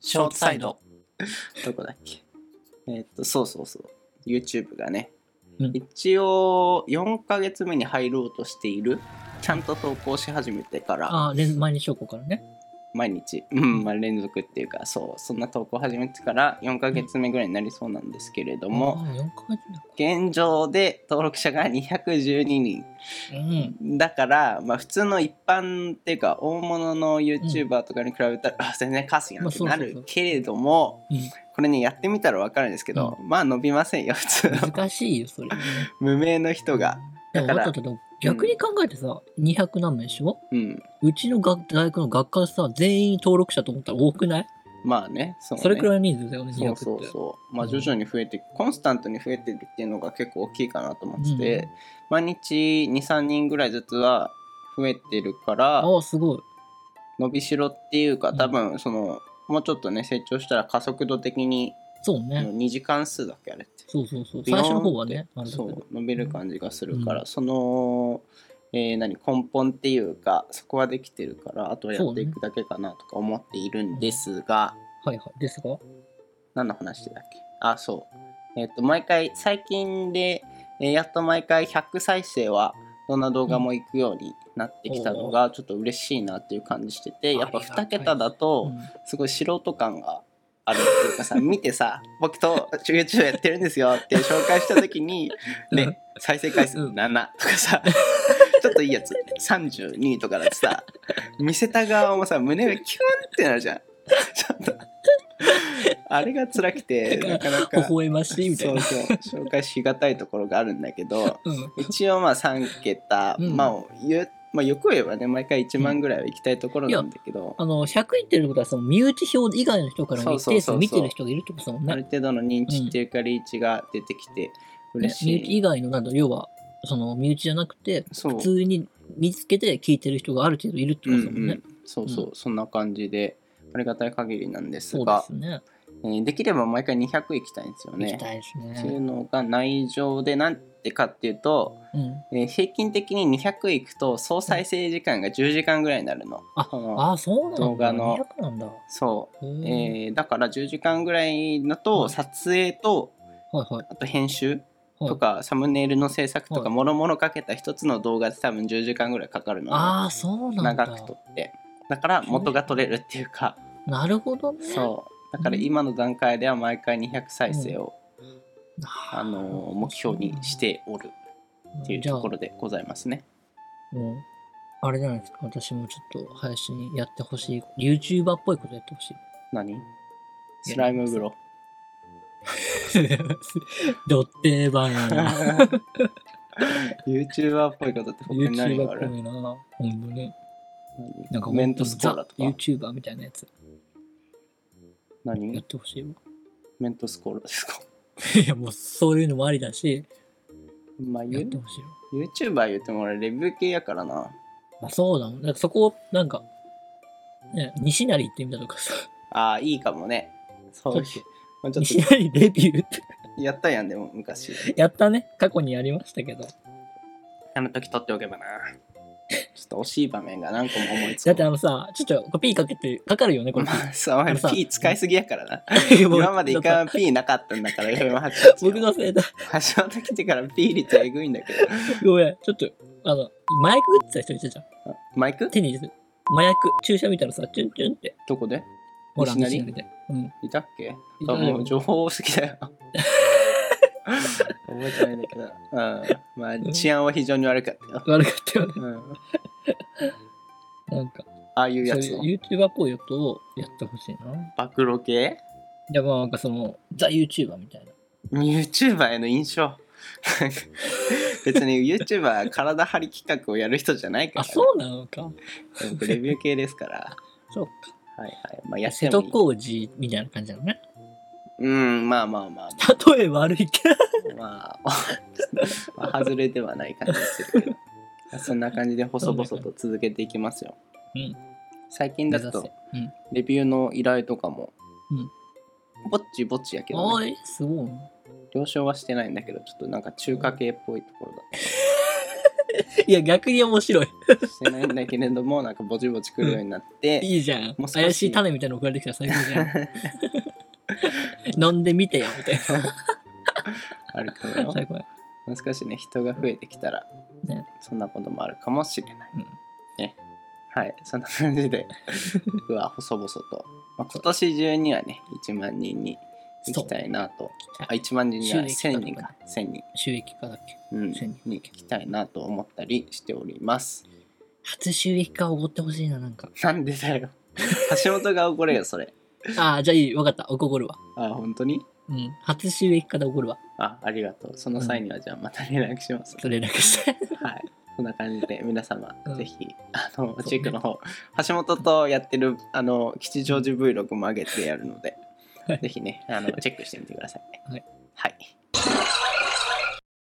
ショートサイド。 どこだっけえーっとそうそうそう YouTube がね、うん一応4ヶ月目に入ろうとしているちゃんと投稿し始めてからああ、連毎日投稿からね。毎日、うんまあ、連続っていうかそうそんな投稿始めてから4ヶ月目ぐらいになりそうなんですけれども、う。4ヶ月目か現状で登録者が212人うん。だから、まあ、普通の一般っていうか大物の YouTuber とかに比べたら、あ全然稼ぎなんてまなあそうそうそるうけれども、うんこれねやってみたら分かるんですけど、まあ伸びませんよ普 通の難しいよ、それ。無名の人が、でもだからだってでも逆に考えてさ、200何名でしょうん、うちの学大学の学科さ、全員登録者と思ったら多くないまあねそうねそれくいらいの人数だよね、そう200そっうて。そうまあ徐々に増えてコンスタントに増えてるっていうのが結構大きいかなと思ってて、うん毎日23人ぐらいずつは増えてるからああ、すごい。伸びしろっていうかうん多分その、もうちょっとね成長したら加速度的にそうね。 2次関数だっけあれってそうそうそう。最初の方はね、あれだけそど。う伸びる感じがするから、うその、えー何根本っていうかそこはできてるからあとはやっていくだけかなとか思っているんですが、はいはい。ですが、何の話してたっけあそうえっ、と毎回最近で、えーやっと毎回100再生はどんな動画も行くようになってきたのがちょっと嬉しいなっていう感じしてて、やっぱありがたい2桁だと、うんすごい素人感があるっていうか さ見てさ僕と YouTube やってるんですよって紹介した時にね再生回数うん7とか さちょっといいやつ32とかだってさ見せた側もさ胸がキュンってなるじゃんちょっとあれが辛くてなかなか微笑ましいみたいな。そうそう紹介しがたいところがあるんだけどうん。一応まあ3桁、うんまあ言うまあ欲を言えばね毎回1万ぐらいは行きたいところなんだけど、あの、100人っていうことは、その身内表以外の人からも一定数見てる人がいるってことだもんある。ね程度の認知っていうかリーチが出てきてね嬉し身い、内以外の、なんだ、要は、その身内じゃなくて、そう普通に見つけて聞いてる人がある程度いるってことだもんうんうねん。そうそう、そんな感じでありがたい限りなんですそうでがすね。えーできれば毎回200行きたいんですよ行きねたいですそういうね。のが内情でなんてかっていうと、うん。えー平均的に200行くと総再生時間が10時間ぐらいになるの。あそのああ、そうなんだ。動画の200なんだ。そへう、ーえーだから10時間ぐらいだとはい撮影とはいはい。あと編集はいとかサムネイルの制作とはかいもろもろかけた一つの動画で多分10時間ぐらいかかるのねああ、そうなんだ。長くとってだから元が取れるっていうかなるほどね。そうだから今の段階では毎回200再生を、あのー目標にしておるっていうところでございますねじゃあもうあれじゃないですか。私もちょっと林にやってほしい。YouTuber っぽいことやってほしい。 何スライム風呂ドッテーバー やな。 YouTuber っぽいことって他に何 YouTuber があっるぽいな。ほんとね。なんかコメントスコーラとかザ YouTuber みたいなやつやっ何てほしいわ。メントスコーラですかいや、もうそういうのもありだし、まあやっゆてほしいわ。 YouTuber 言っても俺レビュー系やからなまあそうだもん。なんかそこを、なんか、ね、西成行ってみたとかさ。ああいいかもねそういうちょっまあちょっ西成レビューって。とやったやんでも昔やったね。過去にやりましたけど。あの時撮っておけばな。ちょっと惜しい場面が何個も思いつだく。ってあのさ、ちょっとこれ P かけて、かかるよね、これ。まあ、そう、お前あのさ P 使いすぎやからな。 もう今まで一ちょっ回も P なかったんだから、FM88 と。僕のせいだ。始まってきてから P 率えぐいんだけど。ごめん。ちょっと、あの、マイク打ってた人いたじゃん。マイク手に入れてる。麻薬、注射みたいなのさ、チュンチュンって。どこでほら、西成西成で。うん。いたっけいたあよもう情報多すぎだ よ。覚えてないんだけど。うん。まあ、治安は非常に悪かったよ。悪かったよね。うん。なんか、ああいうそやうつを。いう YouTuber っぽいやつをやってほしいな。暴露系じゃあまあなんかその、ザ・ YouTuber みたいな。 YouTuber への印象。 別に YouTuber 体張り企画をやる人じゃないからあ、ね、そうなのか。僕レビュー系ですから。そうか。はいはい。まあ、やって瀬もい戸い。康史みたいな感じなのね。うん、まあまあまあ、例え悪いけど。まあ、まあ、外れではない感じでするけど。そんな感じで細々と続けていきますよ。うん。最近だと、うん。レビューの依頼とかも、うんぼっちぼっちやけど、おね、い、すごいな。了承はしてないんだけど、ちょっとなんか中華系っぽいところだ。いや、逆に面 白い。してないんだけれどもなんかぼちぼち来るようになって、いいじゃん。もう少し怪しい種みたいなの送られてきたら最高じ ゃん。飲んでみてよ、みたいあるかも な。よ最高や。もう少しね人が増えてきたら、ねそんなこともあるかもしれない、うんねはいそんな感じ で僕は細々と、まあ、今年中にはね1万人に行きたいなとあ1万人じゃない収益1000化人とかか1000人、収益化だっけうん、 1000人に行きたいなと思ったりしております初収益化をおごってほしいな、なんか。なんでだ よ橋本が怒れよそれああ、じゃあいい。わかった。おごるわ。あ本当にうん。初収益化でおごるわ。あありがとうその際にはじゃあまた連絡します、それ連絡して。はい。こんな感じで皆様、うんぜひあのねチークの方、橋本とやってるあの吉祥寺 Vlog も上げてやるので、はいぜひねあのチェックしてみてください。はい、はい